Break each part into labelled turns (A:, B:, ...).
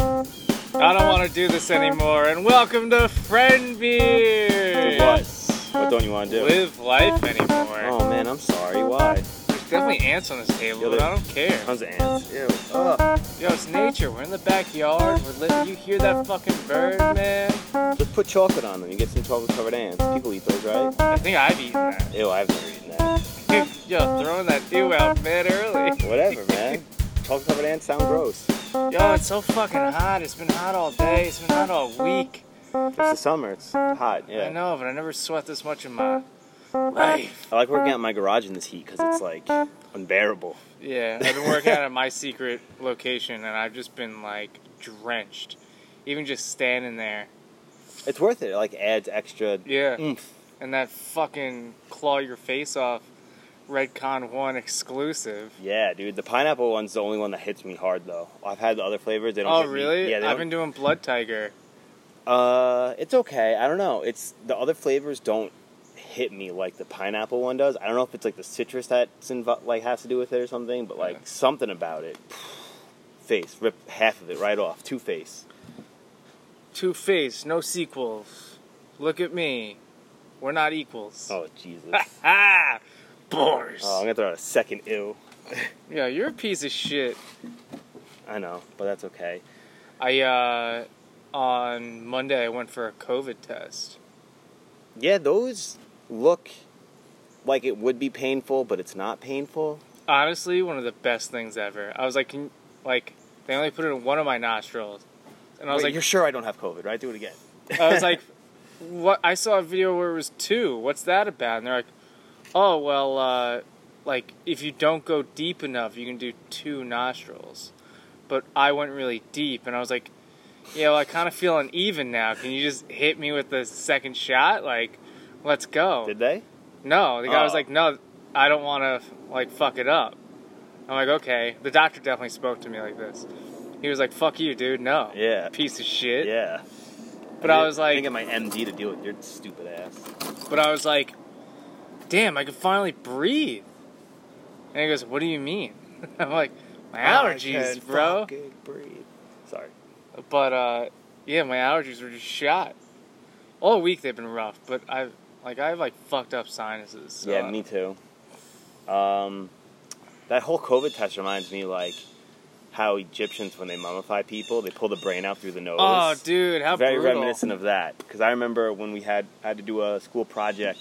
A: I don't want to do this anymore. And welcome to Friend Beer.
B: What? What don't you want to do?
A: Live life anymore.
B: Oh man, I'm sorry. Why?
A: There's definitely ants on this table,
B: Yo,
A: but
B: there-
A: I don't care.
B: Tons of ants. Ew.
A: Yo, it's nature. We're in the backyard. We're living. You hear that fucking bird, man?
B: Just put chocolate on them and get some chocolate-covered ants. People eat those, right?
A: I think I've eaten that.
B: Ew, I've never eaten that.
A: Yo, throwing that dew out mad early.
B: Whatever, man. Chocolate-covered ants sound gross.
A: Yo, it's so fucking hot. It's been hot all day. It's been hot all week.
B: It's the summer. It's hot. Yeah.
A: I know, but I never sweat this much in my life.
B: I like working out in my garage in this heat because it's like unbearable.
A: Yeah, I've been working out at my secret location, and I've just been like drenched. Even just standing there.
B: It's worth it. It like adds extra.
A: Yeah.
B: Oomph.
A: And that fucking claw your face off Redcon 1 exclusive.
B: Yeah, dude. The pineapple one's the only one that hits me hard though. I've had the other flavors. They don't.
A: Oh,
B: hit me.
A: really?
B: Yeah. They
A: I've
B: don't-
A: been doing Blood Tiger.
B: Uh, it's okay. I don't know. It's the other flavors don't hit me like the pineapple one does. I don't know if it's like the citrus that's invo- like has to do with it or something, but like
A: Yeah.
B: something about it. Face rip half of it right off. Two face.
A: Two Face, no sequels. Look at me. We're not equals.
B: Oh Jesus.
A: Ah! Bars.
B: oh, I'm gonna throw out a second ew.
A: Yeah, you're a piece of shit.
B: I know, but that's okay.
A: I, uh, on Monday, I went for a COVID test.
B: Yeah, those look like it would be painful, but it's not painful.
A: honestly one of the best things ever. I was like, can, like they only put it in one of my nostrils, and I was
B: Wait, you're
A: like,
B: sure I don't have COVID, right? Do it again.
A: I was like, what? I saw a video where it was two. What's that about? And they're like, oh well, uh, like if you don't go deep enough, you can do two nostrils. But I went really deep, and I was like, yeah, well, I kind of feel uneven now. Can you just hit me with the second shot? Like, let's go.
B: Did they?
A: No, the guy was
B: Oh.
A: like, no, I don't want to like fuck it up. I'm like, okay. The doctor definitely spoke to me like this. He was like, fuck you, dude. No.
B: Yeah.
A: Piece of shit.
B: Yeah.
A: But I
B: did-
A: was like-
B: I get my MD to deal with your stupid ass.
A: But I was like, damn, I can finally breathe. And he goes, what do you mean? I'm like, my allergies, bro.
B: Sorry.
A: But uh, yeah, my allergies were just shot. All week they've been rough, but I've like I have like fucked up sinuses. so-
B: Yeah, me too. Um, that whole COVID test reminds me like how Egyptians when they mummify people, they pull the brain out through the nose.
A: Oh, dude, how
B: Very
A: brutal.
B: reminiscent of that because I remember when we had I had to do a school project,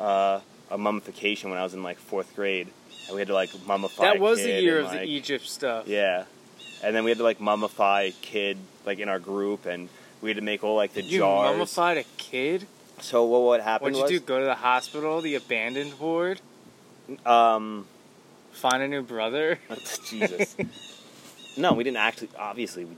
B: uh, a mummification when I was in like fourth grade, and we had to like mummify.
A: That
B: a
A: was
B: kid
A: the year
B: and,
A: of
B: like-
A: the Egypt stuff.
B: Yeah, and then we had to like mummify a kid like in our group, and we had to make all like the
A: You
B: jars.
A: mummified a kid?
B: So what what happened
A: What'd you
B: was
A: do? Go to the hospital, the abandoned ward,
B: um
A: find a new brother?
B: Jesus. no, we didn't actually. Obviously, we,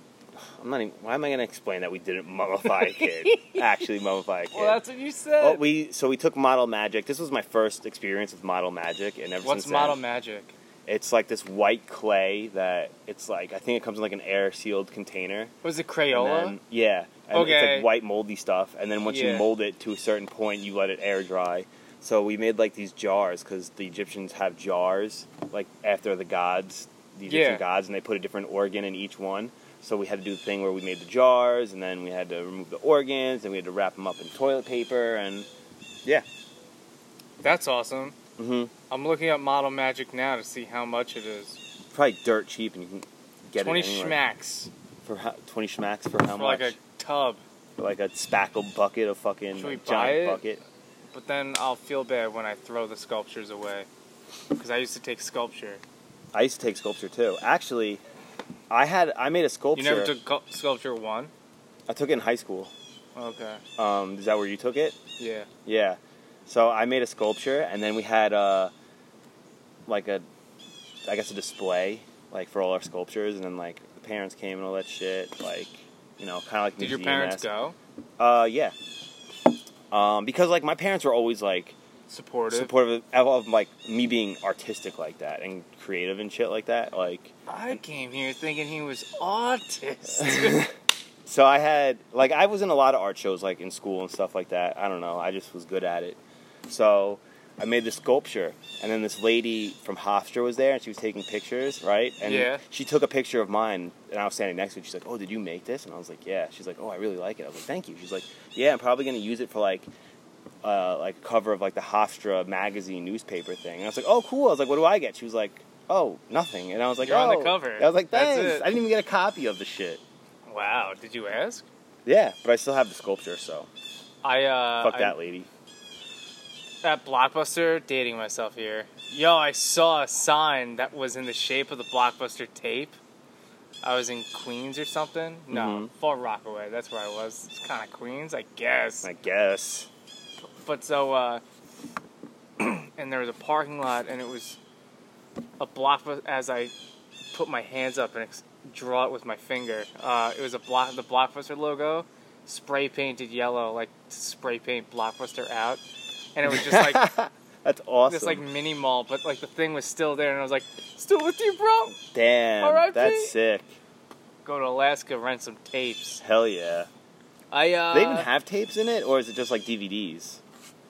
B: I'm not even. Why am I going to explain that we didn't mummify a kid? actually, mummify a kid.
A: Well, that's what you said.
B: Well, we so we took model magic. This was my first experience with model magic, and ever
A: What's
B: since
A: model
B: then,
A: magic?
B: it's like this white clay that it's like I think it comes in like an air sealed container.
A: Was it
B: And
A: Crayola?
B: then, yeah. And It's
A: Okay.
B: like white moldy stuff, and then once
A: Yeah.
B: you mold it to a certain point, you let it air dry. So we made like these jars because the Egyptians have jars, like after the gods, the Egyptian
A: Yeah.
B: gods, and they put a different organ in each one. So we had to do the thing where we made the jars, and then we had to remove the organs, and we had to wrap them up in toilet paper, and yeah,
A: That's awesome.
B: hmm
A: I'm looking up model magic now to see how much it is.
B: probably dirt cheap, and you can get
A: Twenty
B: it anywhere.
A: schmacks
B: for how, twenty schmacks for
A: for
B: how
A: like
B: much?
A: a tub.
B: For like a spackle bucket, a fucking
A: Should we
B: like,
A: buy
B: giant
A: it?
B: bucket.
A: But then I'll feel bad when I throw the sculptures away, because I used to take sculpture.
B: I used to take sculpture too. Actually, I had I made a sculpture.
A: You never took cul- sculpture one?
B: I took it in high school.
A: Okay.
B: Um, is that where you took it?
A: Yeah.
B: Yeah. So I made a sculpture, and then we had uh, like a, I guess a display like for all our sculptures, and then like the parents came and all that shit. Like, you know, kind of like.
A: Did your parents
B: museum-esque.
A: go?
B: Uh, yeah. Um, because like my parents were always like
A: Supportive.
B: supportive of, of like me being artistic like that and creative and shit like that. Like,
A: I came here thinking he was autistic.
B: So I had like I was in a lot of art shows like in school and stuff like that. I don't know. I just was good at it. So I made this sculpture, and then this lady from Hofstra was there, and she was taking pictures, right? And
A: Yeah.
B: she took a picture of mine, and I was standing next to it. She's like, "Oh, did you make this?" And I was like, "Yeah." She's like, "Oh, I really like it." I was like, "Thank you." She's like, "Yeah, I'm probably gonna use it for like." Uh, like cover of like the Hofstra magazine newspaper thing, and I was like, "Oh, cool!" I was like, "What do I get?" She was like, "Oh, nothing," and I was like,
A: You're
B: "Oh."
A: on the cover.
B: I was like,
A: That's
B: "Thanks."
A: it.
B: I didn't even get a copy of the shit.
A: Wow, did you ask?
B: Yeah, but I still have the sculpture, so
A: I uh
B: fuck
A: I-
B: that lady.
A: at Blockbuster, dating myself here. Yo, I saw a sign that was in the shape of the Blockbuster tape. I was in Queens or something. No,
B: Mhm.
A: Fort Rockaway. That's where I was. It's kind of Queens, I guess.
B: I guess.
A: But so, uh, and there was a parking lot, and it was a block. As I put my hands up and ex- draw it with my finger, uh, it was a block. The blockbuster logo, spray painted yellow, like to spray paint blockbuster out, and it was just like
B: That's awesome.
A: this like mini mall, but like the thing was still there, and I was like, "Still with you, bro?
B: Damn,
A: RIP.
B: that's sick.
A: Go to Alaska, rent some tapes."
B: Hell yeah.
A: I uh,
B: they even have tapes in it, or is it just like DVDs?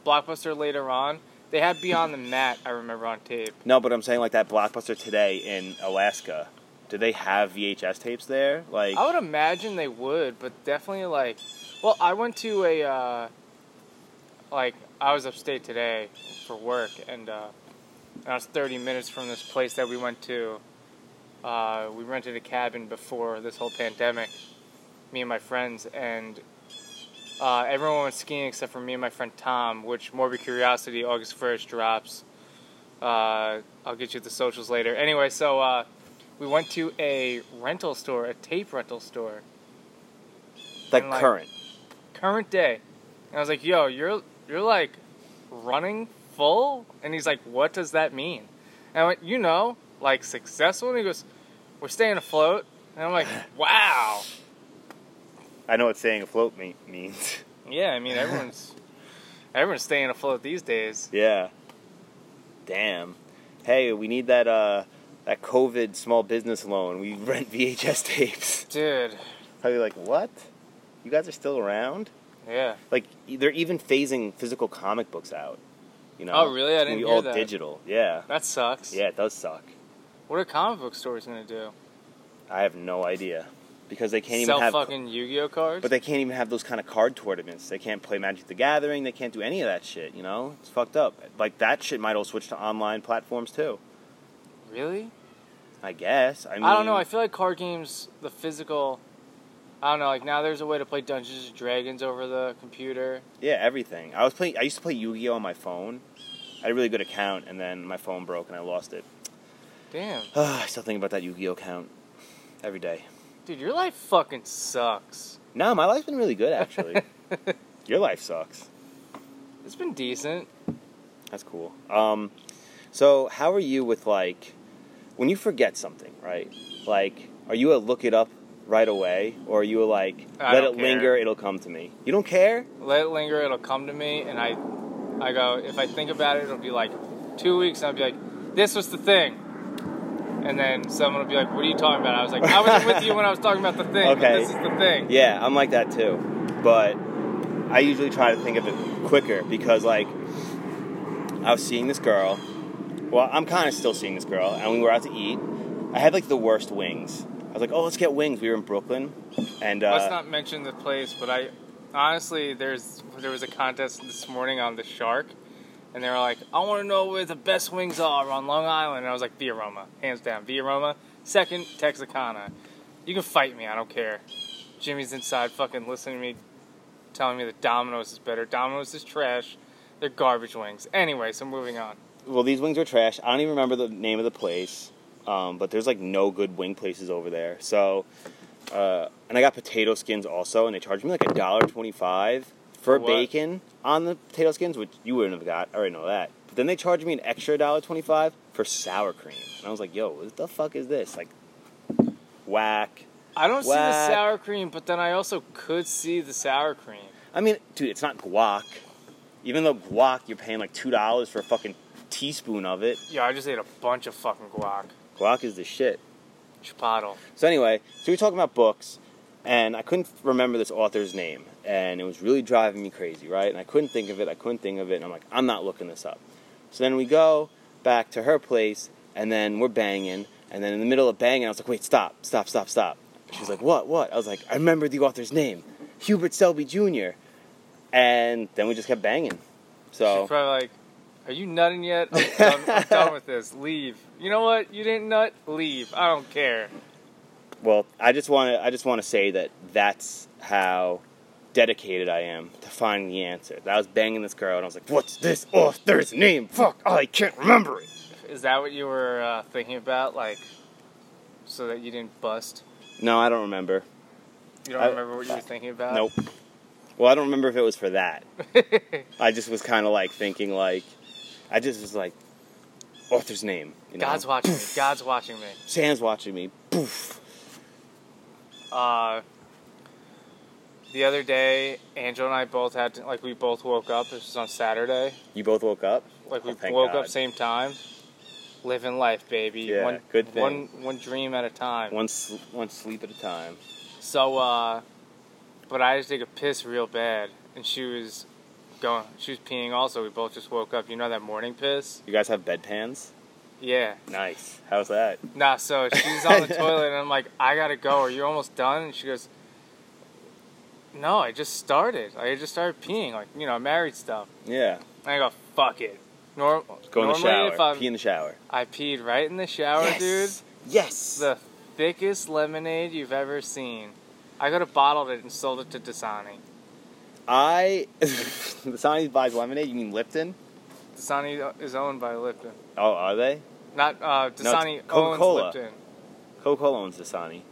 A: Blockbuster later on. They had Beyond the Mat, I remember on tape.
B: No, but I'm saying like that blockbuster today in Alaska. Do they have VHS tapes there? Like,
A: I would imagine they would, but definitely like, well, I went to a uh, like I was upstate today for work, and uh, I was 30 minutes from this place that we went to. Uh, we rented a cabin before this whole pandemic, me and my friends, and uh, everyone went skiing except for me and my friend Tom. Which Morbid Curiosity August 1st drops. Uh, I'll get you the socials later. Anyway, so. Uh, we went to a rental store, a tape rental store,
B: like
A: and, like-
B: current.
A: current day. And I was like, "Yo, you're you're like running full?" And he's like, "What does that mean?" And I went, "You know, like successful." And he goes, "We're staying afloat." And I'm like, "Wow."
B: I know what saying afloat me- means.
A: Yeah, I mean, everyone's everyone's staying afloat these days.
B: yeah. Damn. Hey, we need that uh that COVID small business loan. We rent VHS tapes.
A: Dude,
B: I'd be like, what? You guys are still around?
A: yeah.
B: Like e, they're even phasing physical comic books out. You know?
A: Oh, really? I
B: It's
A: didn't
B: gonna be
A: hear
B: all
A: that.
B: digital. Yeah.
A: That sucks.
B: Yeah, it does suck.
A: What are comic book stores going to do?
B: I have no idea because they can't
A: Sell
B: even have.
A: fucking Yu-Gi-Oh cards?
B: But they can't even have those kind of card tournaments. They can't play Magic the Gathering. They can't do any of that shit. You know, it's fucked up. Like that shit might all switch to online platforms too.
A: really?
B: I guess. I mean,
A: I don't know. I feel like card games, the physical. I don't know. Like now, there's a way to play Dungeons and Dragons over the computer.
B: yeah, everything. I was playing. I used to play Yu Gi Oh on my phone. I had a really good account, and then my phone broke, and I lost it.
A: Damn,
B: I still think about that Yu Gi Oh account every day.
A: dude, your life fucking sucks.
B: No, my life's been really good actually. Your life sucks.
A: It's been decent.
B: That's cool. Um, so how are you with like when you forget something, right? Like, are you a look it up right away, or are you a like
A: I
B: let it
A: don't care.
B: linger, it'll come to me? You don't care?
A: Let it linger. It'll come to me, and I, I go. If I think about it, it'll be like two weeks, and I'll be like, "This was the thing." And then someone will be like, "What are you talking about?" I was like, "I was with you when I was talking about the thing. But
B: Okay.
A: this is the thing."
B: Yeah, I'm like that too, but I usually try to think of it quicker because like I was seeing this girl. Well, I'm kind of still seeing this girl, and we were out to eat. I had like the worst wings. I was like, oh, let's get wings. We were in Brooklyn, and uh,
A: Let's not mention the place, but I honestly there's there was a contest this morning on the Shark, and they were like, I want to know where the best wings are on Long Island, and I was like, The Aroma, hands down, The Aroma. Second, Texarkana. You can fight me, I don't care. Jimmy's inside, fucking listening to me, telling me that Domino's is better. Domino's is trash. They're garbage wings. Anyway, so moving on.
B: Well, these wings are trash. I don't even remember the name of the place, um, but there's like no good wing places over there. So, uh, and I got potato skins also, and they charged me like a dollar twenty-five for
A: For what?
B: bacon on the potato skins, which you wouldn't have got. I already know that. But then they charged me an extra dollar twenty-five for sour cream, and I was like, "Yo, what the fuck is this?" Like, whack.
A: I don't see the
B: What?
A: sour cream, but then I also could see the sour cream.
B: I mean, dude, it's not guac. Even though guac, you're paying like two dollars for a fucking teaspoon of it.
A: Yeah, I just ate a bunch of fucking guac.
B: Guac is the shit.
A: Chipotle.
B: So anyway, so we were talking about books, and I couldn't remember this author's name, and it was really driving me crazy, right? And I couldn't think of it. I couldn't think of it, and I'm like, I'm not looking this up. So then we go back to her place, and then we're banging. And then in the middle of banging, I was like, wait, stop, stop, stop, stop. She was like, what, what? I was like, I remember the author's name, Hubert Selby Jr. And then we just kept banging. So
A: She's probably like, "Are you nutting yet? I'm done, I'm done with this. Leave. You know what? You didn't nut. Leave. I don't care."
B: well i just want to i just want to say that that's how dedicated i am to finding the answer i was banging this girl and i was like what's this author's name fuck i can't remember it
A: Is that what you were uh, thinking about, like, so that you didn't bust?
B: no i don't remember
A: You don't
B: I-
A: remember what you were thinking about?
B: nope well i don't remember if it was for that i just was kind of like thinking like i just was like author's name you know
A: God's watching me. God's watching me.
B: sam's watching me poof
A: Uh, the other day, Angel and I both had to, like we both woke up. This was on Saturday.
B: you both woke up
A: Like we
B: Oh, thank
A: woke up
B: God.
A: same time. Living life, baby.
B: Yeah,
A: one,
B: good thing.
A: One one dream at a time.
B: one, sl- one sleep at a time
A: So, uh, but I just take a piss real bad, and she was going. She was peeing. Also, we both just woke up. You know that morning piss?
B: you guys have bedpans
A: Yeah.
B: nice how's that
A: Nah. So she's on the toilet, and I'm like, I gotta go. Are you almost done? And she goes, No, I just started. Like, I just started peeing. Like you know, married stuff.
B: yeah
A: And I go, Fuck it. Norm-
B: go in the
A: normally,
B: shower
A: if I'm,
B: pee in the shower
A: I peed right in the shower, dude.
B: dude. Yes.
A: The thickest lemonade you've ever seen. I could have bottled it and sold it to Dasani.
B: I Dasani buys lemonade. You mean Lipton?
A: Dasani is owned by Lipton.
B: Oh, are they?
A: Not uh, Dasani
B: Coca-Cola.
A: owns Lipton.
B: Coca Cola owns Dasani.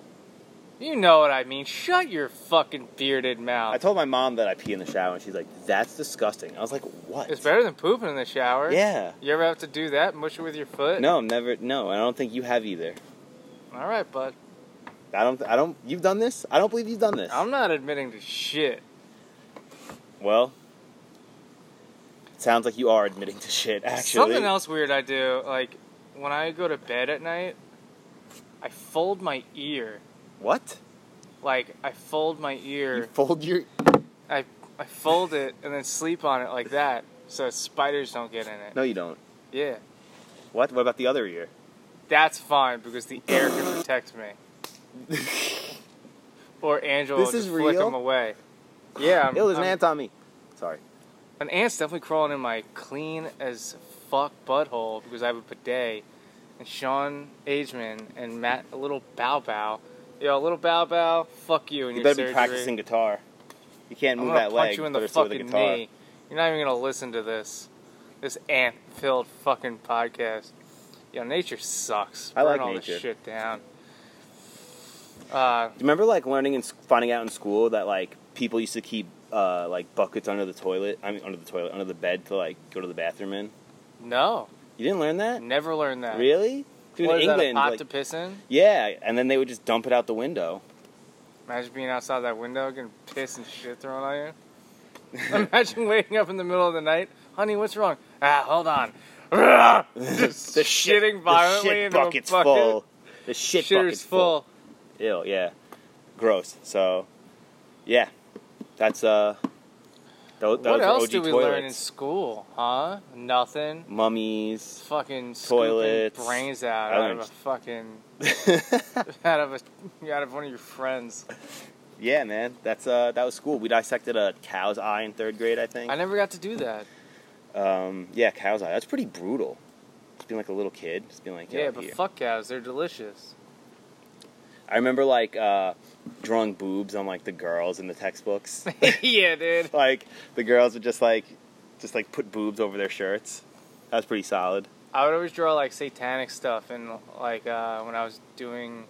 A: You know what I mean. Shut your fucking bearded mouth.
B: I told my mom that I pee in the shower, and she's like, "That's disgusting." I was like, "What?"
A: it's better than pooping in the shower.
B: Yeah.
A: You ever have to do that? Mush it with your foot?
B: No, never. No, I don't think you have either.
A: All right, bud.
B: I don't. I don't. You've done this. I don't believe you've done this.
A: I'm not admitting to shit.
B: well, sounds like you are admitting to shit. Actually,
A: Something else weird I do, like when I go to bed at night, I fold my ear.
B: What?
A: Like I fold my ear.
B: You fold your.
A: I I fold it and then sleep on it like that, so spiders don't get in it.
B: No, you don't.
A: Yeah,
B: What? What about the other ear?
A: that's fine because the air can protect me. Or Angela
B: This
A: will just
B: is
A: flick
B: real?
A: them away. Yeah, I'm,
B: It was
A: I'm-
B: an ant on me. Sorry.
A: an ant's definitely crawling in my clean as fuck butthole because I have a bidet. And Sean Ageman and Matt, a little bow bow, yo, little bow bow, fuck you and
B: You
A: your
B: better
A: surgery.
B: be practicing guitar. You can't
A: I'm
B: move
A: gonna punch
B: that leg.
A: you in
B: but
A: the
B: it's with a
A: fucking
B: guitar.
A: knee. You're not even gonna listen to this, this ant-filled fucking podcast. Yo, nature sucks.
B: I
A: Burn
B: like
A: all
B: nature.
A: this shit down. Uh,
B: Do you remember like learning and s- finding out in school that like people used to keep uh, like buckets under the toilet? I mean, under the toilet, under the bed to like go to the bathroom in.
A: no,
B: You didn't learn that,
A: never learned that.
B: really? Dude,
A: What
B: in
A: is that, a
B: England,
A: pot
B: like,
A: to piss in?
B: yeah, and then they would just dump it out the window.
A: Imagine being outside that window getting piss and shit thrown on you. Imagine waking up in the middle of the night, honey, what's wrong? Ah, hold on. Just
B: The shit-
A: shitting
B: the
A: violently
B: shit
A: into
B: bucket's
A: a bucket.
B: full. The shit
A: Shitter's
B: bucket's
A: full.
B: Ew, yeah, gross. So, yeah, that's uh, tho- those
A: what
B: are
A: else
B: OG
A: did we learn in
B: toilets.
A: school? Huh? Nothing.
B: Mummies.
A: Fucking
B: Toilets.
A: scooping brains out
B: I
A: out of
B: learned-
A: a fucking out of a out of one of your friends.
B: Yeah, man, that's uh, that was cool. We dissected a cow's eye in third grade, I think.
A: I never got to do that.
B: Um, yeah, cow's eye. That's pretty brutal. Just being like a little kid, just being like,
A: Yeah,
B: yeah.
A: but
B: here.
A: fuck cows, they're delicious.
B: I remember like uh, drawing boobs on like the girls in the textbooks.
A: yeah, dude.
B: like the girls would just like, just like put boobs over their shirts. That was pretty solid. Oh,
A: I would always draw like satanic stuff and like uh, when I was doing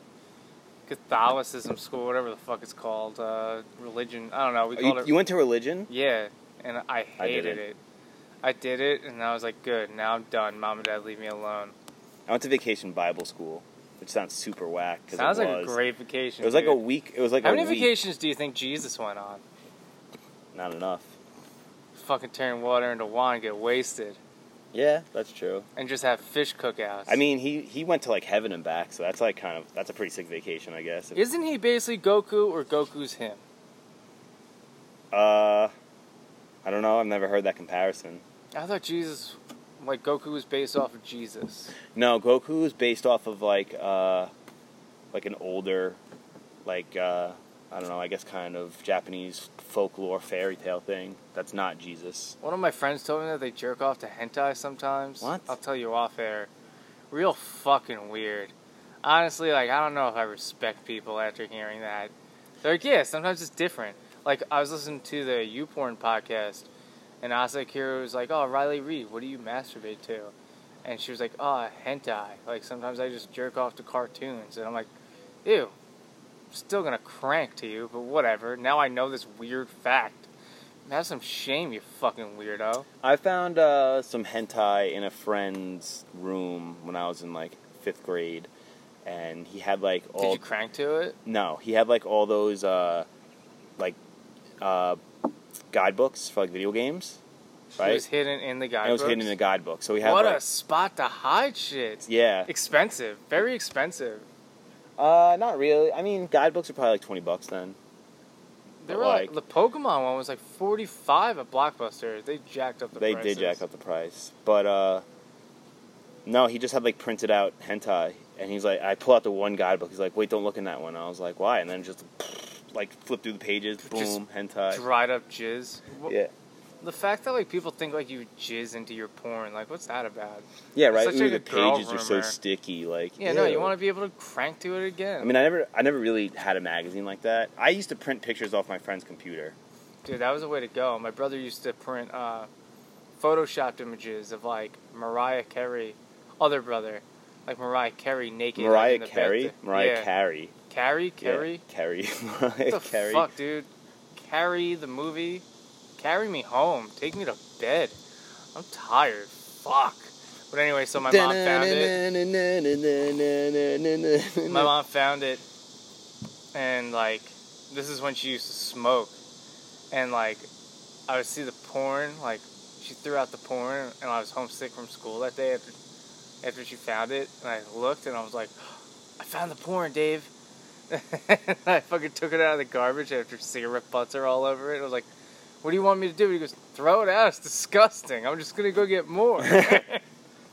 A: Catholicism school, whatever the fuck it's called, uh, religion. I don't know. We
B: Oh,
A: called
B: You,
A: it.
B: you went to religion?
A: Yeah, and I
B: I did
A: hated
B: it.
A: it. I did it, and I was like, good. Now I'm done. Mom and Dad, leave me alone.
B: I went to vacation Bible school, which sounds super whack. 'cause
A: Sounds
B: it
A: like
B: was.
A: a great vacation.
B: It was like a
A: dude.
B: week. It was like
A: How
B: a
A: many
B: week.
A: vacations do you think Jesus went on?
B: Not enough.
A: Fucking turn water into wine, get wasted,
B: Yeah, that's true.
A: and just have fish cookouts.
B: I mean, he he went to like heaven and back, so that's like kind of that's a pretty sick vacation, I guess. If-
A: isn't he basically Goku or Goku's him?
B: uh, I don't know. I've never heard that comparison.
A: I thought Jesus Like Goku is based off of Jesus.
B: No, Goku is based off of like uh, like an older, like uh, I don't know, I guess kind of Japanese folklore fairy tale thing. That's not Jesus.
A: One of my friends told me that they jerk off to hentai sometimes.
B: What?
A: I'll tell you off air. Real fucking weird. Honestly, like I don't know if I respect people after hearing that. They're like, yeah, sometimes it's different. Like I was listening to the U Porn podcast, and Asakura was like, "Oh, Riley Reed, what do you masturbate to?" And she was like, "Oh, hentai. Like sometimes I just jerk off to cartoons." And I'm like, "Ew, still gonna crank to you, but whatever. Now I know this weird fact. Have some shame, you fucking weirdo.
B: I found uh, some hentai in a friend's room when I was in like fifth grade, and he had like
A: Did
B: all
A: you crank to it?
B: no, he had like all those uh, like uh, guidebooks for like video games, right?
A: It was hidden in the guy.
B: and it was hidden in a guidebook. So we had
A: What
B: like,
A: a spot to hide shit.
B: yeah,
A: Expensive, very expensive.
B: uh, not really. I mean, guidebooks are probably like twenty bucks then.
A: They
B: But,
A: were like,
B: like-
A: the Pokemon one was like forty five at Blockbuster. They jacked up the.
B: they did jack up the price, but uh, no, he just had like printed out hentai, and he's like, I pull out the one guidebook. He's like, wait, don't look in that one. I was like, why? And then just like flip through the pages, boom,
A: Just
B: hentai.
A: Dried up jizz. Wh-
B: yeah,
A: The fact that like people think like you jizz into your porn, like what's that about?
B: yeah, right.
A: such,
B: Ooh,
A: like,
B: the
A: a girl
B: pages are so
A: rumor.
B: sticky. Like,
A: Yeah, no, you
B: ew.
A: want to be able to crank to it again.
B: I mean, I never, I never really had a magazine like that. I used to print pictures off my friend's computer.
A: Dude, that was a way to go. My brother used to print uh, photoshopped images of like Mariah Carey, other brother, like Mariah Carey naked. like,
B: Mariah
A: in the
B: Carey,
A: bed.
B: Mariah
A: yeah.
B: Carey,
A: Carey, Carey.
B: yeah, Carey, Mariah
A: What the
B: Carey.
A: fuck, dude? Carry the movie. Carry me home. Take me to bed. I'm tired. Fuck. But anyway, so my mom found it.
B: it.
A: My mom found it, and like, this is when she used to smoke, and like, I would see the porn. Like, she threw out the porn, and I was homesick from school that day after, after she found it, and I looked, and I was like, I found the porn, Dave. and I fucking took it out of the garbage after cigarette butts are all over it. I was like, What do you want me to do? He goes, Throw it out. It's disgusting. I'm just gonna go get more.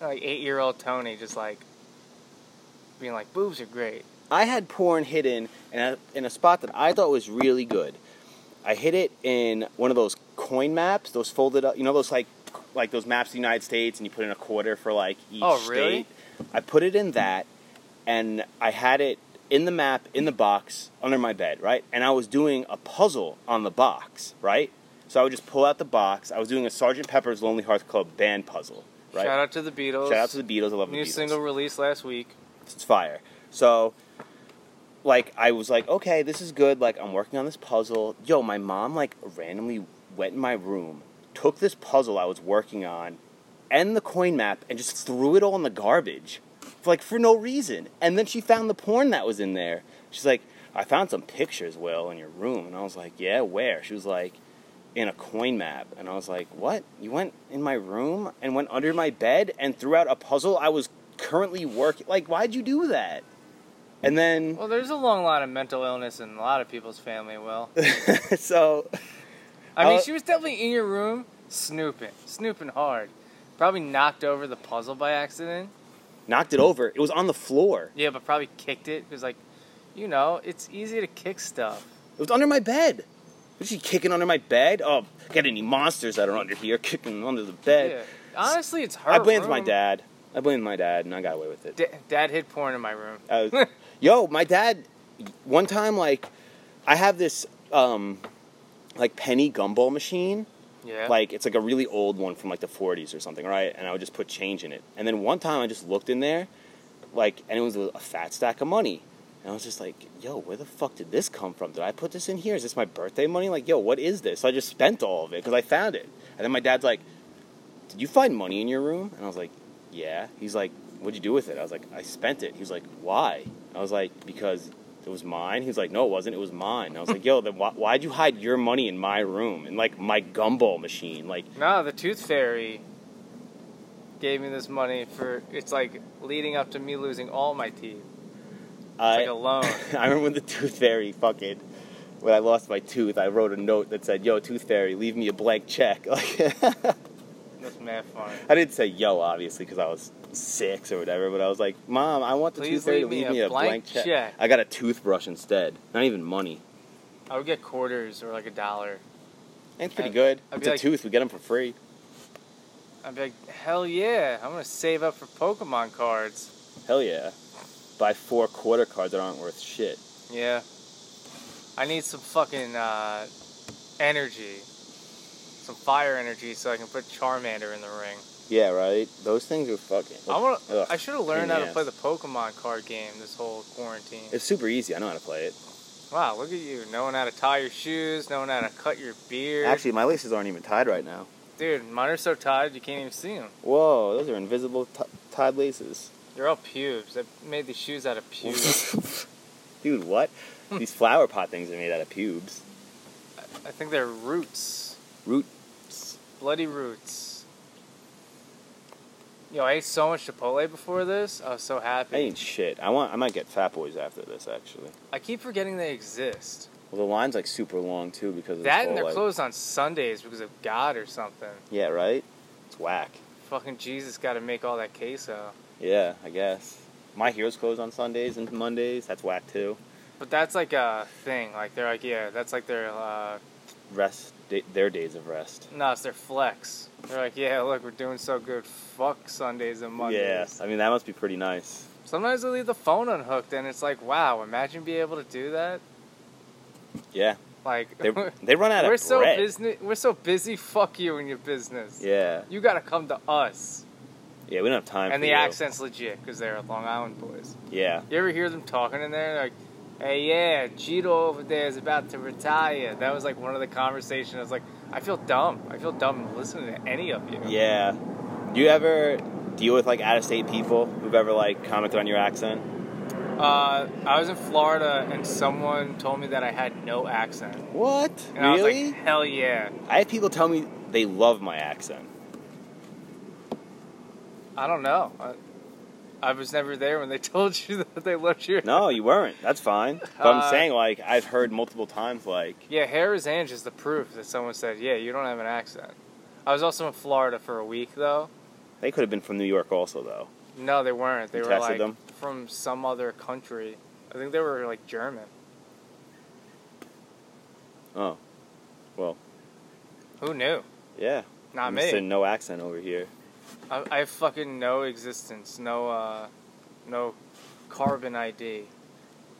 A: like eight year old Tony just like being like, boobs are great.
B: I had porn hidden in a, in a spot that I thought was really good. I hid it in one of those coin maps, those folded up, you know, those like like those maps of the United States, and you put in a quarter for like each
A: Oh, really?
B: state. I put it in that, and I had it in the map in the box under my bed, right? And I was doing a puzzle on the box, right? So I would just pull out the box. I was doing a Sergeant Pepper's Lonely Hearts Club band puzzle, right?
A: Shout out to the Beatles.
B: Shout out to the Beatles. I love
A: New
B: the Beatles.
A: single released last week.
B: It's fire. So, like, I was like, okay, this is good. Like, I'm working on this puzzle. Yo, my mom, like, randomly went in my room, took this puzzle I was working on, and the coin map, and just threw it all in the garbage. Like, for no reason. And then she found the porn that was in there. She's like, I found some pictures, Will, in your room. And I was like, yeah, where? She was like, in a coin map. And I was like, what? You went in my room and went under my bed and threw out a puzzle I was currently working. Like, why'd you do that? And then,
A: Well, there's a long line of mental illness in a lot of people's family, Will.
B: so,
A: I mean,
B: Uh,
A: she was definitely in your room snooping, snooping hard. Probably knocked over the puzzle by accident.
B: knocked it over. It was on the floor.
A: Yeah, but probably kicked it because, like, you know, it's easy to kick stuff.
B: It was under my bed. Was she kicking under my bed? Oh, got any monsters that are under here kicking under the
A: Yeah.
B: bed?
A: Honestly, it's her.
B: I blamed
A: room.
B: my dad. I blamed my dad, and I got away with it.
A: Da- dad hid porn in my room.
B: I was- yo, my dad, one time, like, I have this, um, like, penny gumball machine.
A: Yeah.
B: Like it's like a really old one from like the 40s or something, right? And I would just put change in it. And then one time I just looked in there, like, and it was a fat stack of money. And I was just like, "Yo, where the fuck did this come from? Did I put this in here? Is this my birthday money? Like, yo, what is this?" So I just spent all of it because I found it. And then my dad's like, "Did you find money in your room?" And I was like, "Yeah." He's like, "What'd you do with it?" I was like, "I spent it." He was like, "Why?" I was like, "Because." It was mine. He was like, "No, it wasn't. It was mine." And I was like, "Yo, then why, why'd you hide your money in my room and like my gumball machine? Like,
A: No, the Tooth Fairy gave me this money for it's like leading up to me losing all my teeth. It's
B: I,
A: like a loan.
B: I remember when the tooth fairy fucking when I lost my tooth, I wrote a note that said, "Yo, tooth fairy, leave me a blank check." Like,
A: That's mad funny.
B: I didn't say yo, obviously, because I was six or whatever, but I was like, Mom, I want the
A: Please
B: tooth fairy to
A: leave me
B: leave
A: a
B: me a
A: blank
B: blank check.
A: check.
B: I got a toothbrush instead. Not even money.
A: I would get quarters or like a dollar.
B: And it's pretty
A: I'd-
B: good.
A: I'd
B: it's
A: be
B: a
A: like-
B: tooth. We get them for free.
A: I'd be like, hell yeah, I'm gonna save up for Pokemon cards.
B: Hell yeah. Buy four quarter cards that aren't worth shit.
A: Yeah. I need some fucking uh, energy. Some fire energy so I can put Charmander in the ring.
B: Yeah, right? Those things are fucking.
A: I want
B: Ugh.
A: to. I should have learned how
B: Pain in
A: to
B: the
A: play
B: ass.
A: the Pokemon card game this whole quarantine.
B: It's super easy. I know how to play it.
A: Wow, look at you knowing how to tie your shoes, knowing how to cut your beard.
B: Actually, my laces aren't even tied right now.
A: dude, mine are so tied you can't even see them.
B: Whoa, those are invisible t- tied laces.
A: They're all pubes. I made these shoes out of pubes.
B: Dude, what? These flower pot things are made out of pubes.
A: I think they're roots,
B: Root.
A: bloody roots. Yo, I ate so much Chipotle before this. I was so happy.
B: I ain't shit. I want. I might get Fat Boys after this, actually.
A: I keep forgetting they exist.
B: Well, the line's like super long too because of
A: That
B: this
A: and
B: whole,
A: they're
B: like-
A: closed on Sundays because of God or something.
B: Yeah, right. It's whack.
A: Fucking Jesus got to make all that queso.
B: Yeah, I guess. My Heroes close on Sundays and Mondays. That's whack too.
A: But that's like a thing. Like they're like, yeah, that's like their uh,
B: Rest. Day, their days of rest.
A: no, it's their flex. They're like, yeah, look, we're doing so good. Fuck Sundays and Mondays.
B: Yeah, I mean that must be pretty nice.
A: Sometimes they leave the phone unhooked, and it's like, wow, imagine being able to do that.
B: Yeah,
A: Like
B: they
A: we're,
B: they run out of
A: so
B: bread.
A: busy. We're so busy. Fuck you and your business.
B: Yeah,
A: You gotta come to us.
B: yeah, we don't have time.
A: And
B: for
A: the
B: you.
A: accent's legit because they're Long Island boys.
B: Yeah,
A: You ever hear them talking in there? Like, hey, yeah, Cheeto over there is about to retire. That was like one of the conversations. I was like, I feel dumb. I feel dumb listening to any of you.
B: yeah. Do you ever deal with like out of state people who've ever like commented on your accent?
A: Uh, I was in Florida and someone told me that I had no accent.
B: What?
A: And I was
B: really?
A: like, hell yeah.
B: I have people tell me they love my accent.
A: I don't know. I, I was never there when they told you that they loved you.
B: No, you weren't. That's fine. But
A: Uh,
B: I'm saying, like, I've heard multiple times, like,
A: Yeah, hair is Ange is the proof that someone said, yeah, you don't have an accent. I was also in Florida for a week though.
B: they could have been from New York also, though.
A: No, they weren't. They
B: You
A: were
B: tested
A: like
B: them?
A: from some other country. I think they were like German.
B: Oh. Well,
A: Who knew?
B: yeah.
A: Not
B: I'm
A: me.
B: just in no accent over here.
A: I, I have fucking no existence, no, uh, no carbon ID.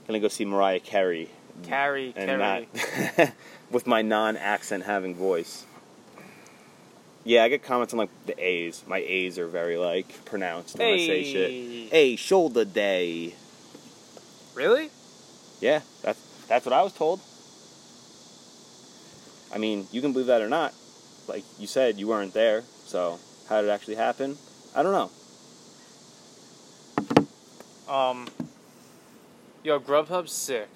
B: Gonna go see Mariah Carey.
A: Carry,
B: And
A: carry.
B: not with my non accent having voice. Yeah, I get comments on, like, the A's. My A's are very, like, pronounced when I say shit.
A: Hey.
B: Hey, shoulder day.
A: Really?
B: Yeah, that's that's what I was told. I mean, you can believe that or not. Like you said, you weren't there, so how did it actually happen? I don't know.
A: Um, yo, Grubhub's sick.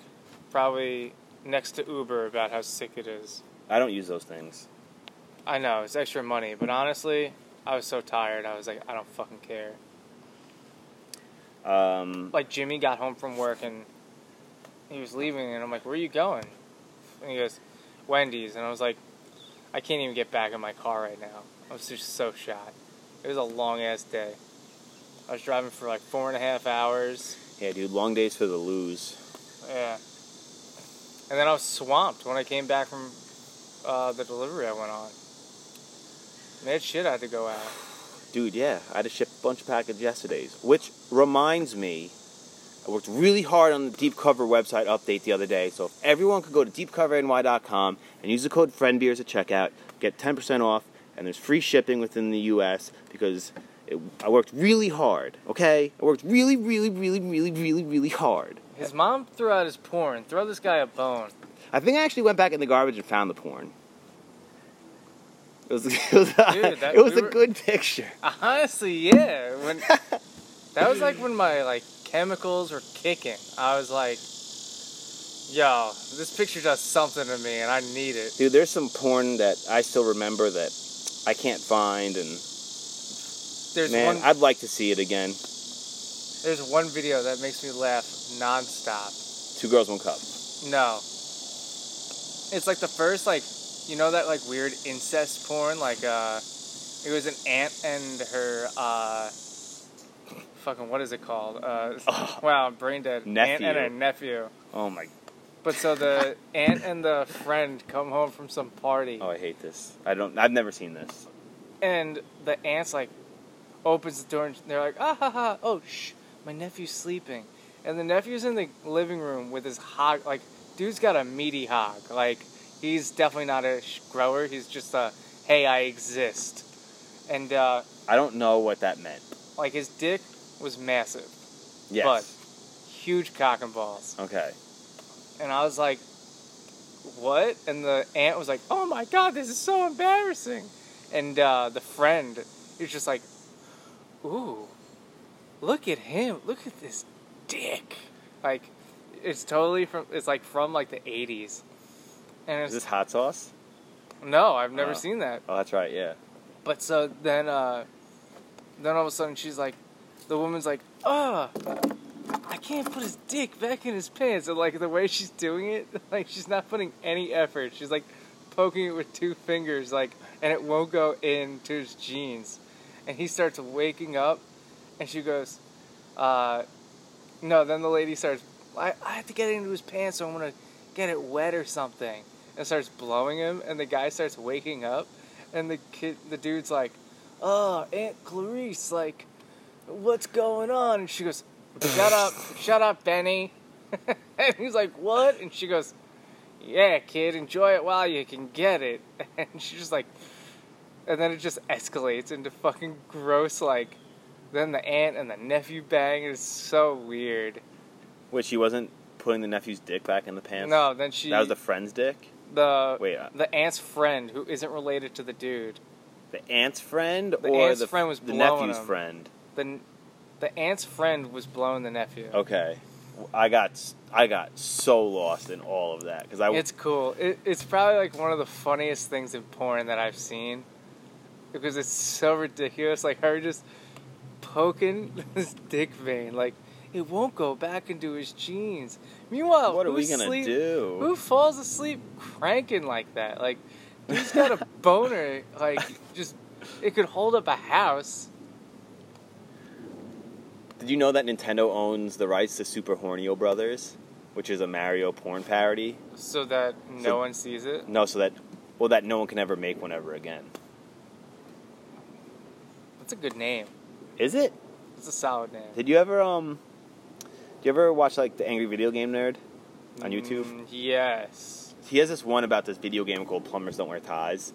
A: Probably next to Uber about how sick it is.
B: I don't use those things.
A: I know it's extra money, but honestly, I was so tired. I was like, I don't fucking care.
B: Um,
A: Like Jimmy got home from work and he was leaving, and I'm like, "Where are you going?" And he goes, "Wendy's," and I was like, "I can't even get back in my car right now. I was just so shot. It was a long ass day. I was driving for like four and a half hours.
B: yeah, dude, long days for the lose.
A: Yeah. And then I was swamped when I came back from uh, the delivery I went on. Mad shit I had to go out.
B: Dude, yeah, I had to ship a bunch of packages yesterday's, which reminds me, I worked really hard on the Deep Cover website update the other day. So if everyone could go to deepcoverny.com and use the code FriendBeers at checkout, get 10% off, and there's free shipping within the U.S. because it, I worked really hard. Okay, I worked really, really, really, really, really, really hard.
A: His mom threw out his porn. Throw this guy a bone.
B: I think I actually went back in the garbage and found the porn. It was, it was,
A: that-
B: it was
A: we
B: a
A: were-
B: good picture.
A: Honestly, yeah. When that was like when my like chemicals were kicking. I was like, yo, this picture does something to me, and I need it.
B: Dude, there's some porn that I still remember that I can't find, and
A: There's
B: man,
A: one.
B: I'd like to see it again.
A: there's one video that makes me laugh nonstop.
B: Two girls, one cup.
A: No. It's like the first like you know that like weird incest porn like uh It was an ant and her uh, fucking what is it called? Uh,
B: Oh.
A: Wow, I'm brain dead. Aunt
B: Nephew.
A: and her nephew.
B: Oh my!
A: But so the aunt and the friend come home from some party,
B: Oh, I hate this. I don't. I've never seen this.
A: and the aunt's like opens the door and they're like, ah ha ha, oh shh, my nephew's sleeping, and the nephew's in the living room with his hog. Like, dude's got a meaty hog. Like, he's definitely not a sh- grower. He's just a hey, I exist, and uh,
B: I don't know what that meant.
A: like his dick was massive,
B: Yes.
A: huge cock and balls.
B: okay.
A: and I was like, "What?" And the aunt was like, "Oh my god, this is so embarrassing." And uh, the friend is just like, "Ooh, look at him! Look at this dick!" Like, it's totally from. It's like from like the '80s, and
B: Is
A: it's
B: this hot sauce?
A: no, I've never
B: Oh.
A: seen that.
B: Oh, that's right. Yeah.
A: But so then, uh, then all of a sudden she's like, the woman's like, "Ugh, I can't put his dick back in his pants." And like the way she's doing it, like she's not putting any effort. She's like poking it with two fingers, like, and it won't go into his jeans. And he starts waking up, and she goes, uh, "No." Then the lady starts, "I, I have to get it into his pants, so I'm gonna get it wet or something," and starts blowing him. And the guy starts waking up and the kid, the dude's like, "Oh, Aunt Clarice, like, what's going on?" And she goes, "Shut up, shut up, Benny." and he's like, "What?" And she goes, "Yeah, kid, enjoy it while you can get it." And she's just like, and then it just escalates into fucking gross, like, then the aunt and the nephew bang is so weird.
B: Which she wasn't putting the nephew's dick back in the pants.
A: No, then she
B: That was the friend's dick.
A: the
B: Wait, uh,
A: the aunt's friend who isn't related to the dude.
B: The aunt's friend
A: The
B: or
A: aunt's
B: the
A: friend was
B: the
A: blowing
B: nephew's
A: him.
B: friend.
A: the the aunt's friend was blowing the nephew.
B: Okay. I got s- I got so lost in all of that because I
A: It's cool. It, it's probably like one of the funniest things in porn that I've seen because it's so ridiculous. Like her just poking this dick vein, like it won't go back into his jeans. Meanwhile,
B: what are
A: who
B: we gonna
A: sleep-
B: do?
A: Who falls asleep cranking like that? Like he's got a boner. Like just it could hold up a house.
B: Did you know that Nintendo owns the rights to Super Hornio Brothers, which is a Mario porn parody?
A: So that no
B: So-
A: one sees it.
B: No, so that well, that no one can ever make one ever again.
A: That's a good name.
B: Is it?
A: It's a solid name.
B: Did you ever um? Do you ever watch like the Angry Video Game Nerd on YouTube?
A: Mm, yes.
B: He has this one about this video game called Plumbers Don't Wear Ties.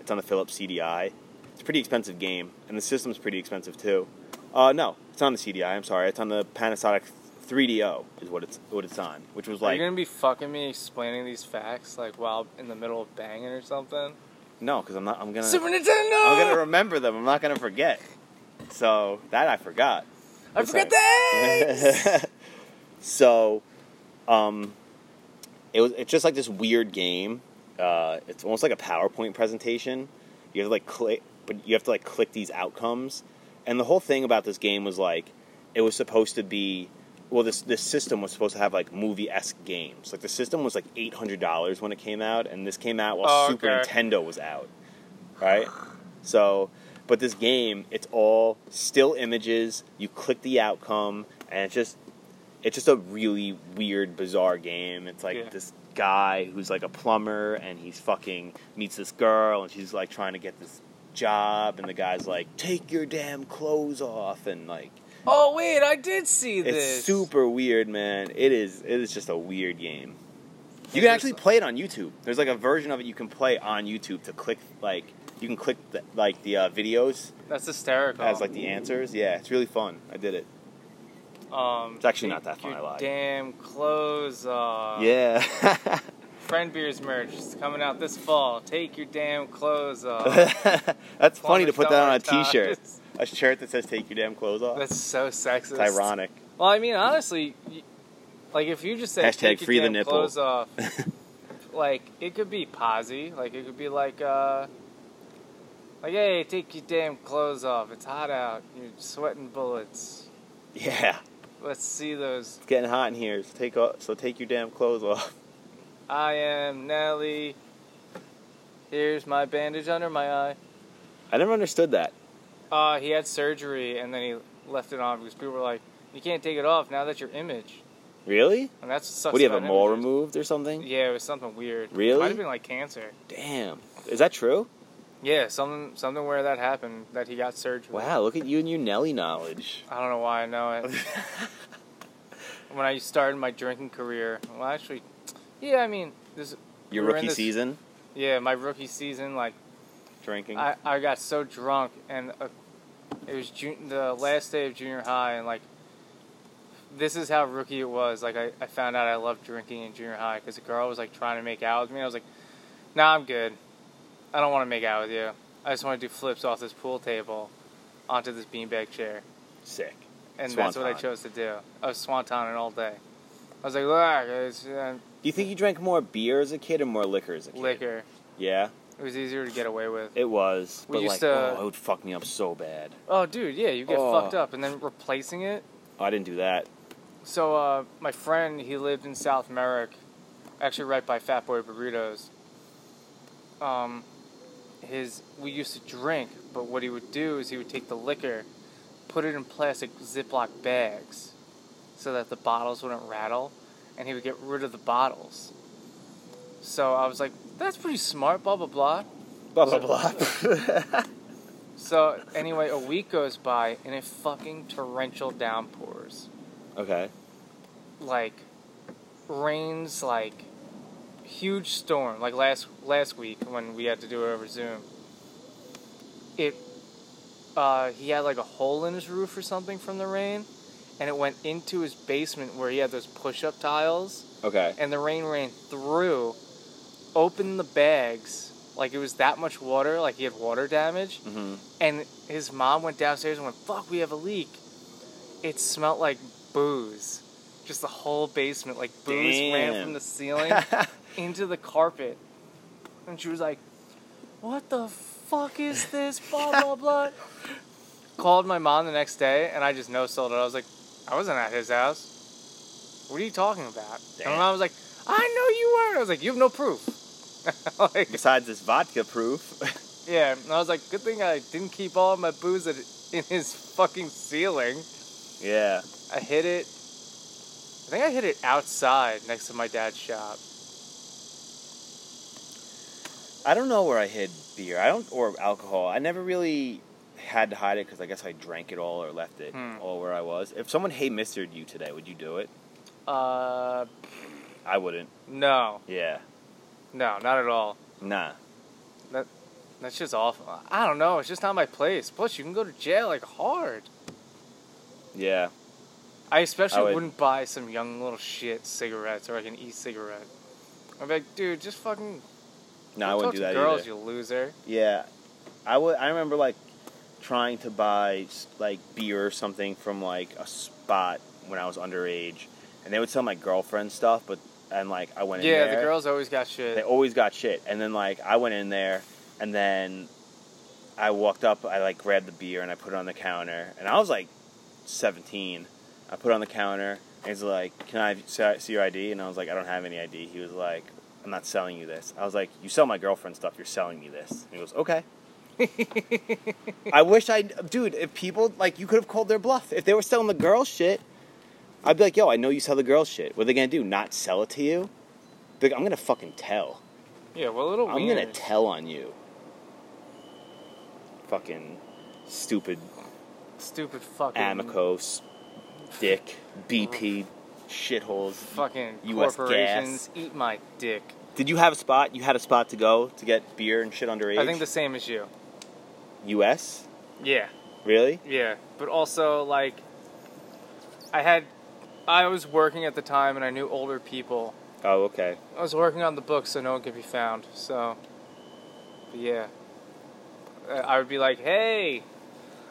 B: It's on the Philips CDI. It's a pretty expensive game, and the system's pretty expensive too. Uh, no, it's on the CDI. I'm sorry, it's on the Panasonic 3DO is what it's what it's on, which was
A: Are
B: like
A: you gonna be fucking me explaining these facts like while in the middle of banging or something?
B: no, because I'm not. I'm gonna.
A: Super Nintendo.
B: I'm gonna remember them. I'm not gonna forget. So that I forgot.
A: I
B: It's
A: forgot
B: like-
A: that.
B: so, um, it was it's just like this weird game. Uh, it's almost like a PowerPoint presentation. You have to like click, but you have to like click these outcomes. And the whole thing about this game was like, it was supposed to be, well, this this system was supposed to have like movie esque games. Like the system was like eight hundred dollars when it came out, and this came out while
A: Oh,
B: Super
A: okay.
B: Nintendo was out, right? So, but this game, it's all still images. You click the outcome, and it's just, it's just a really weird, bizarre game. It's like
A: Yeah.
B: this guy who's like a plumber, and he's fucking meets this girl, and she's like trying to get this job, and the guy's like, "Take your damn clothes off," and like,
A: oh wait, I did see
B: it's
A: this.
B: super weird, man. It is, it is just a weird game. You
A: Interesting.
B: can actually play it on YouTube. There's like a version of it you can play on YouTube to click like you can click the, like the uh, videos
A: That's hysterical.
B: as like the answers. Yeah, it's really fun. I did it.
A: um,
B: It's actually not
A: take
B: that fun,
A: your
B: I lied.
A: Damn clothes off.
B: yeah.
A: Friend beers merch is coming out this fall. Take your damn clothes off.
B: That's funny to
A: Plumbers
B: put that on a
A: don't wear
B: t-shirt.
A: ties.
B: A shirt that says "Take your damn clothes off."
A: That's so sexist.
B: it's ironic.
A: Well, I mean, honestly, y- like if you just said
B: Hashtag
A: take your
B: free the
A: damn
B: nipple.
A: clothes off, like it could be posy, like it could be like uh, like hey, take your damn clothes off. It's hot out. You're sweating bullets.
B: Yeah,
A: Let's see those.
B: it's getting hot in here. So take off, so take your damn clothes off.
A: I am Nelly. Here's my bandage under my eye.
B: I never understood that.
A: Uh, he had surgery and then he left it on because people were like, "You can't take it off now. That's your image."
B: Really?
A: And that's what sucks.
B: What do you have a
A: about
B: mole
A: images.
B: removed or something?
A: Yeah, it was something weird.
B: Really?
A: It might have been like cancer.
B: Damn. Is that true?
A: Yeah, something something where that happened that he got surgery.
B: Wow, look at you and your Nelly knowledge.
A: I don't know why I know it. when I started my drinking career, well, actually, yeah, I mean, this
B: Your
A: We were in
B: rookie
A: this-
B: season
A: yeah, my rookie season, like
B: drinking.
A: I, I got so drunk and uh, it was June, the last day of junior high and like this is how rookie it was like i, I found out i loved drinking in junior high because the girl was like trying to make out with me i was like nah i'm good i don't want to make out with you i just want to do flips off this pool table onto this beanbag chair
B: Sick.
A: and that's what i
B: Swanton.
A: chose to do i was swantoning all day i was like look it's uh,
B: Do you think you drank more beer as a kid or more liquor as a kid?
A: liquor
B: Yeah,
A: it was easier to get away with
B: it was.
A: We
B: but
A: used
B: like,
A: to-
B: oh, it would fuck me up so bad.
A: oh dude yeah you get
B: Oh.
A: fucked up and then replacing it
B: Oh, I didn't do that.
A: So uh, my friend, he lived in South Merrick, actually right by Fat Boy Burritos. Um, his we used to drink, but what he would do is he would take the liquor, put it in plastic Ziploc bags, so that the bottles wouldn't rattle, and he would get rid of the bottles. So I was like, that's pretty smart, blah blah blah.
B: Blah blah blah.
A: So anyway, a week goes by and it fucking torrential downpours.
B: okay.
A: like rains like huge storm like last last week when we had to do it over zoom it uh, he had like a hole in his roof or something from the rain and it went into his basement where he had those push-up tiles
B: Okay.
A: and the rain ran through opened the bags like it was that much water like he had water damage
B: hmm
A: and his mom went downstairs and went, "Fuck, we have a leak." It smelled like booze, just the whole basement. Like booze ran
B: Damn.
A: from the ceiling into the carpet, and she was like, "What the fuck is this?" Blah blah blah. Called my mom the next day, and I just no sold it. I was like, "I wasn't at his house. What are you talking about?" And
B: Damn.
A: my mom was like, "I know you weren't." I was like, "You have no proof." like,
B: Besides this vodka proof.
A: yeah, and I was like, good thing I didn't keep all my booze at, in his fucking ceiling.
B: yeah.
A: I hid it. I think I hid it outside next to my dad's shop.
B: I don't know where I hid beer. I don't or alcohol. I never really had to hide it because I guess I drank it all or left it
A: Hmm.
B: all where I was. If someone hey mistered you today, would you do it?
A: Uh,
B: I wouldn't.
A: no,
B: Yeah.
A: no, not at all.
B: Nah.
A: That's just awful. I don't know. It's just not my place. Plus, you can go to jail like hard.
B: Yeah.
A: I especially
B: I would-
A: would. not buy some young little shit cigarettes or like an e-cigarette. I'd be like, dude, just fucking.
B: No,
A: don't
B: I
A: talk
B: wouldn't
A: to
B: do that
A: Girls,
B: either.
A: you loser.
B: Yeah, I would. I remember like trying to buy s- like beer or something from like a spot when I was underage, and they would sell my girlfriend stuff. But and like I went in
A: Yeah,
B: there,
A: the girls always got shit.
B: they always got shit. And then like I went in there, and then I walked up. I like grabbed the beer and I put it on the counter, and I was like seventeen. I put it on the counter. And he's like, "Can I see see your ID?" And I was like, "I don't have any ID." He was like, "I'm not selling you this." I was like, "You sell my girlfriend stuff. You're selling me this." And he goes, "Okay." I wish I, dude. If people like, you could have called their bluff. If they were selling the girl shit, I'd be like, "Yo, I know you sell the girl shit. What are they gonna do? Not sell it to you?" They're Like, I'm gonna fucking tell.
A: yeah, well, little
B: I'm
A: wieners.
B: gonna tell on you. Fucking stupid
A: Stupid fucking.
B: Amicos, dick, BP, shitholes.
A: fucking
B: US
A: corporations
B: gas.
A: eat my dick.
B: Did you have a spot? You had a spot to go to get beer and shit underage.
A: I think the same as you.
B: U.S.
A: Yeah,
B: Really?
A: yeah. But also, like, I had, I was working at the time, and I knew older people.
B: Oh, okay.
A: I was working on the book, so no one could be found. So, but yeah, Uh, I would be like, hey.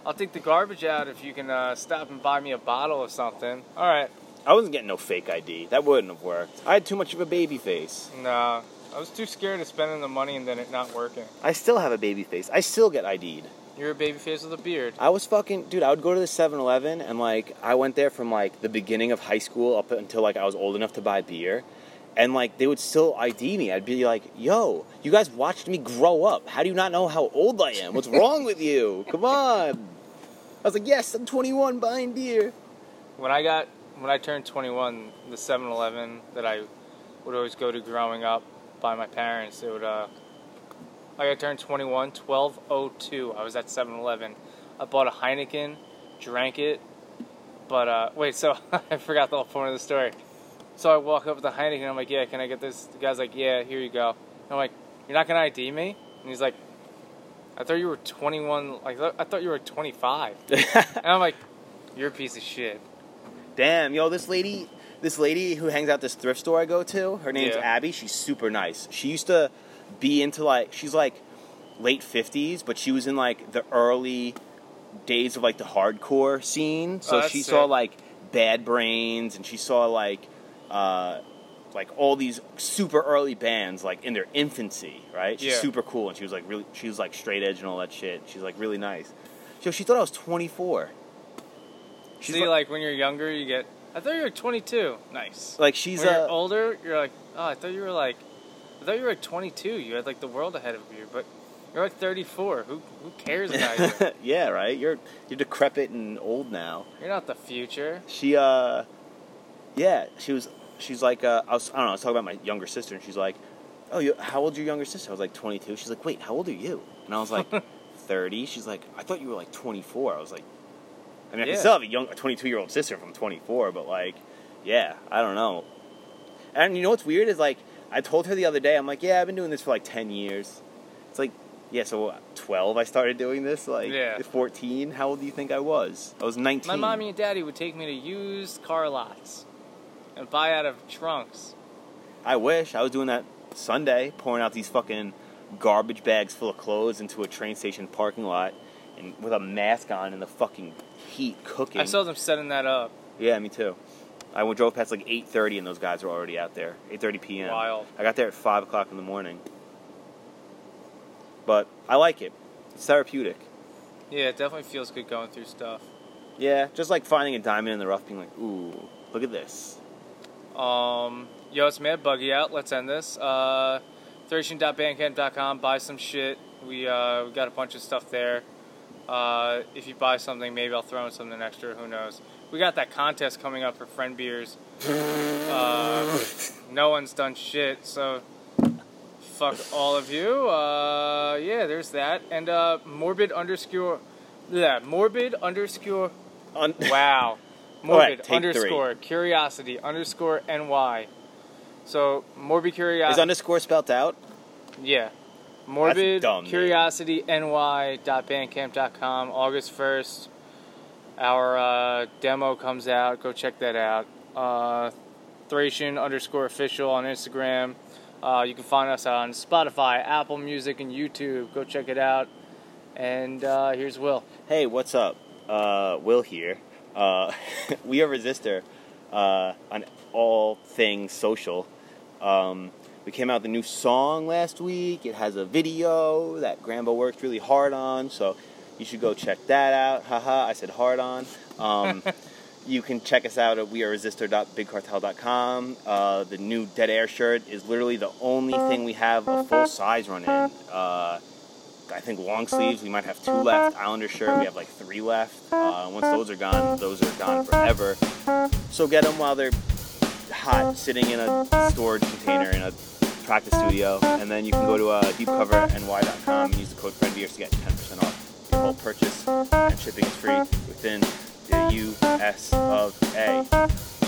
A: I'll take the garbage out if you can uh, stop and buy me a bottle of something. All right.
B: I wasn't getting no fake ID. That wouldn't have worked. I had too much of a baby face.
A: No, I was too scared of spending the money and then it not working.
B: I still have a baby face. I still get ID'd.
A: You're a baby face with a beard.
B: I was fucking dude. I would go to the 7-Eleven and like I went there from like the beginning of high school up until like I was old enough to buy beer, and like they would still ID me. I'd be like, "Yo, you guys watched me grow up. How do you not know how old I am? What's wrong with you? Come on." I was like, "Yes, I'm 21, buying deer."
A: When I got when I turned 21, the 7-Eleven that I would always go to growing up by my parents, it would uh like I turned 21, 1202. I was at 7-Eleven. I bought a Heineken, drank it, but uh wait, so I forgot the whole point of the story. So I walk up to the Heineken. I'm like, "Yeah, can I get this?" The guy's like, "Yeah, here you go." I'm like, "You're not gonna ID me?" And he's like, "I thought you were 21. Like, I thought you were 25." And I'm like, "You're a piece of shit."
B: Damn, yo, this lady, this lady who hangs out this thrift store I go to, her name's
A: Yeah.
B: Abby. She's super nice. She used to be into like, she's like late fifties, but she was in like the early days of like the hardcore scene. So
A: Oh, that's
B: she saw
A: sick.
B: like Bad Brains, and she saw like, uh, like all these super early bands like in their infancy, right? She's
A: Yeah.
B: super cool, and she was like really, she was like straight edge and all that shit. She's like really nice. So she thought I was twenty four.
A: See, like, when you're younger, you get. I thought you were 22. Nice.
B: like she's
A: when
B: a.
A: you're older, you're like, oh, I thought you were like, I thought you were 22. You had like the world ahead of you, but you're like 34. Who who cares about you?
B: yeah, right. You're you're decrepit and old now.
A: You're not the future.
B: She uh, yeah, she was. She's like uh, I was. I don't know. I was talking about my younger sister, and she's like, "Oh, you, how old's your younger sister?" I was like, "22." She's like, "Wait, how old are you?" And I was like, "30." She's like, "I thought you were like 24." I was like, "I mean, I
A: Yeah.
B: can still have a young, a 22 year old sister from 24, but like, yeah, I don't know." And you know what's weird is like, I told her the other day, I'm like, "Yeah, I've been doing this for like 10 years." It's like, yeah, so what, 12 I started doing this. Like,
A: Yeah.
B: 14. How old do you think I was? I was 19.
A: My mommy and daddy would take me to used car lots and buy out of trunks.
B: I wish I was doing that Sunday, pouring out these fucking garbage bags full of clothes into a train station parking lot, and with a mask on in the fucking heat, cooking.
A: I saw them setting that up.
B: yeah, me too. I went- drove past like eight thirty, and those guys were already out there. Eight thirty p.m.
A: Wild.
B: I got there at five o'clock in the morning. But I like it. It's therapeutic.
A: Yeah, it definitely feels good going through stuff.
B: Yeah, just like finding a diamond in the rough, being like, ooh, look at this.
A: Um, yo, it's Mad Buggy out. Let's end this. Uh, Thracian.bandcamp.com. Buy some shit. We, uh, we got a bunch of stuff there. Uh, if you buy something, maybe I'll throw in something extra. Who knows? We got that contest coming up for friend beers. Uh, no one's done shit, so fuck all of you. Uh, yeah, there's that. And uh, morbid underscore, yeah, morbid underscore
B: Un-
A: Wow.
B: All right,
A: Morbid
B: take
A: underscore curiosity underscore ny. So morbid
B: Is
A: curiosity.
B: underscore spelt out?
A: yeah. Morbid
B: dumb, man.
A: curiosity ny dot bandcamp dot com August first. Our uh, demo comes out. Go check that out. Uh, Thracian underscore official on Instagram. Uh, you can find us on Spotify, Apple Music, and YouTube. Go check it out. And uh, here's Will.
B: Hey, what's up? Uh, Will here. Uh, we are Resistor uh, on all things social. Um, we came out with a new song last week. It has a video that Grambo worked really hard on, so you should go check that out. Haha, I said hard on. Um, you can check us out at weareresistor.bigcartel.com. Uh, the new Dead Air shirt is literally the only thing we have a full size run in. Uh, I think long sleeves. We might have two left. Islander shirt. We have like three left. Uh, once those are gone, those are gone forever. So get them while they're hot, sitting in a storage container in a practice studio, and then you can go to uh, deepcoverny.com and use the code FriendBeers to get 10% off your whole purchase. And shipping is free within the U.S. of A.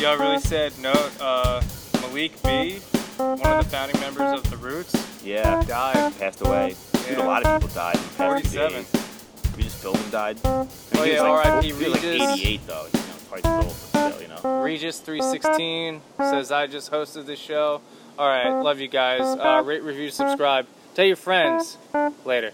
A: Y'all really said no. Uh, Malik B, one of the founding members of the Roots,
B: Yeah.
A: died.
B: Passed away. Dude, a
A: Yeah.
B: lot of people died. In the past few
A: 47.
B: days. Regis Philbin died. Oh
A: Oh, yeah, R.I.P.
B: He was like
A: Regis.
B: 88 though. You know, probably old, but still, you know.
A: Regis three sixteen says I just hosted the show. All right, love you guys. Uh, rate, review, subscribe. Tell your friends. Later.